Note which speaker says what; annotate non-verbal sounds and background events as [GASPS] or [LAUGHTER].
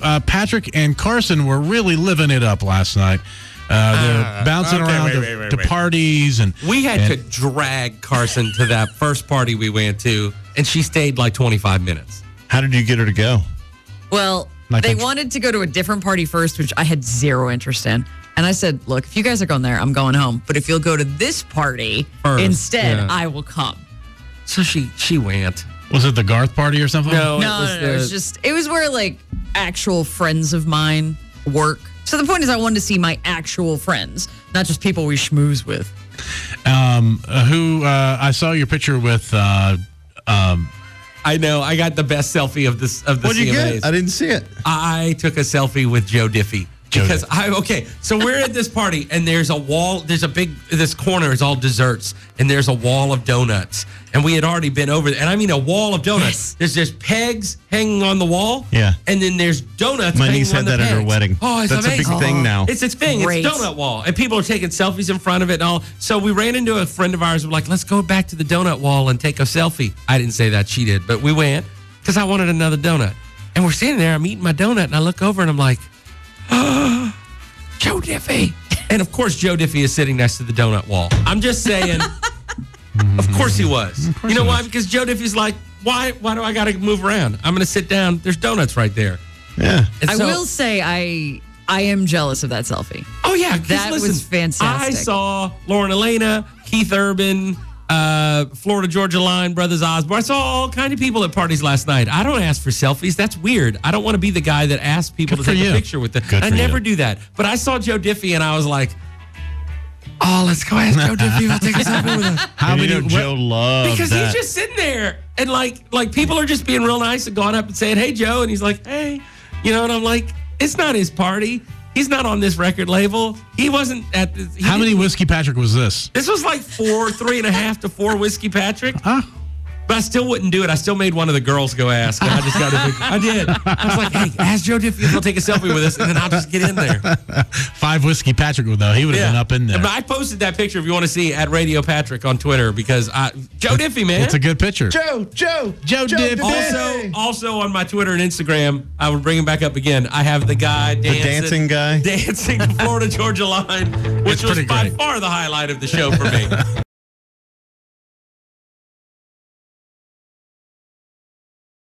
Speaker 1: uh, Patrick and Carson were really living it up last night. Uh, they're bouncing
Speaker 2: okay,
Speaker 1: around
Speaker 2: wait,
Speaker 1: to,
Speaker 2: wait, wait,
Speaker 1: to
Speaker 2: wait.
Speaker 1: parties and
Speaker 3: We had
Speaker 1: and-
Speaker 3: to drag Carson to that first party we went to, and she stayed like 25 minutes.
Speaker 4: How did you get her to go?
Speaker 5: Well,
Speaker 1: Not
Speaker 5: they
Speaker 1: control-
Speaker 5: wanted to go to a different party first, which I had zero interest in. And I said, look, if you guys are going there, I'm going home. But if you'll go to this party
Speaker 3: First,
Speaker 5: instead,
Speaker 3: yeah.
Speaker 5: I will come.
Speaker 3: So she she went.
Speaker 1: was it the Garth party or something?
Speaker 3: No,
Speaker 5: no,
Speaker 3: it was
Speaker 5: no, no, it was
Speaker 3: the-
Speaker 5: just it was where like actual friends of mine work. So the point is, I wanted to see my actual friends, not just people we schmooze with.
Speaker 1: Um, uh, who uh, I saw your picture with. Uh, um,
Speaker 3: I know. I got the best selfie of this of the
Speaker 4: What'd you
Speaker 3: CMAs.
Speaker 4: get? I didn't see it.
Speaker 3: I took a selfie with Joe Diffie
Speaker 1: Joe
Speaker 3: because
Speaker 1: Diffie.
Speaker 3: I okay. So we're at this party and there's a wall. There's a big. This corner is all desserts and there's a wall of donuts. And we had already been over there. And I mean a wall of donuts.
Speaker 5: Yes.
Speaker 3: There's just pegs hanging on the wall.
Speaker 4: Yeah.
Speaker 3: And then there's donuts.
Speaker 4: My
Speaker 3: hanging
Speaker 4: niece had
Speaker 3: on the
Speaker 4: that at her
Speaker 3: pegs.
Speaker 4: wedding.
Speaker 3: Oh, it's
Speaker 4: That's a big
Speaker 3: amazing.
Speaker 4: thing now.
Speaker 3: It's its thing.
Speaker 5: Great.
Speaker 3: It's donut wall, and people are taking selfies in front of it and all. So we ran into a friend of ours. We're like, let's go back to the donut wall and take a selfie. I didn't say that; she did, but we went because I wanted another donut. And we're standing there. I'm eating my donut, and I look over and I'm like, [GASPS] Joe Diffie. And of course, Joe Diffie is sitting next to the donut wall. I'm just [LAUGHS] saying. of course he was. you know why? Because Joe Diffie's like, why? Why do I got to move around? I'm going to sit down. There's donuts right there.
Speaker 4: Yeah.
Speaker 3: And
Speaker 5: I
Speaker 3: so-
Speaker 5: will say, I I am jealous of that selfie.
Speaker 3: Oh yeah, 'cause
Speaker 5: That was
Speaker 3: listen,
Speaker 5: fantastic.
Speaker 3: I saw Lauren Elena, Keith Urban, uh, Florida Georgia Line, Brothers Osborne. I saw all kind of people at parties last night. I don't ask for selfies. That's weird. I don't want to be the guy that asks people
Speaker 1: Good
Speaker 3: to
Speaker 1: for
Speaker 3: take
Speaker 1: you.
Speaker 3: a picture with them.
Speaker 1: Good
Speaker 3: I
Speaker 1: for
Speaker 3: never
Speaker 1: you.
Speaker 3: do that. But I saw Joe Diffie and I was like, Oh, let's go ask Joe Diffie. We'll take a selfie with him.
Speaker 1: how
Speaker 4: And
Speaker 1: many?
Speaker 4: You know, Joe loves
Speaker 3: Because
Speaker 4: that.
Speaker 3: he's just sitting there and like like people are just being real nice and going up and saying, Hey Joe, and he's like, Hey. You know, and I'm like, it's not his party. He's not on this record label. He wasn't at this. he
Speaker 1: how many
Speaker 3: didn't-
Speaker 1: whiskey Patrick was this?
Speaker 3: This was like four, three and a half to four whiskey Patrick.
Speaker 1: Huh?
Speaker 3: But I still wouldn't do it. I still made one of the girls go ask. And I just got a big, I did. I was like, hey, ask Joe Diffie if he'll take a selfie with us, and then I'll just get in there.
Speaker 1: Five whiskey Patrick would though. He would have been up in there.
Speaker 3: But I posted that picture if you want to see at Radio Patrick on Twitter because I Joe Diffie, man.
Speaker 1: It's a good picture.
Speaker 4: Joe, Joe,
Speaker 1: Joe Dippy.
Speaker 3: also, also on my Twitter and Instagram, I would bring him back up again. I have the guy
Speaker 4: dancing
Speaker 3: dancing,
Speaker 4: guy?
Speaker 3: [LAUGHS] dancing the Florida Georgia line, which
Speaker 1: It's
Speaker 3: was
Speaker 1: pretty
Speaker 3: by
Speaker 1: great.
Speaker 3: far the highlight of the show for me.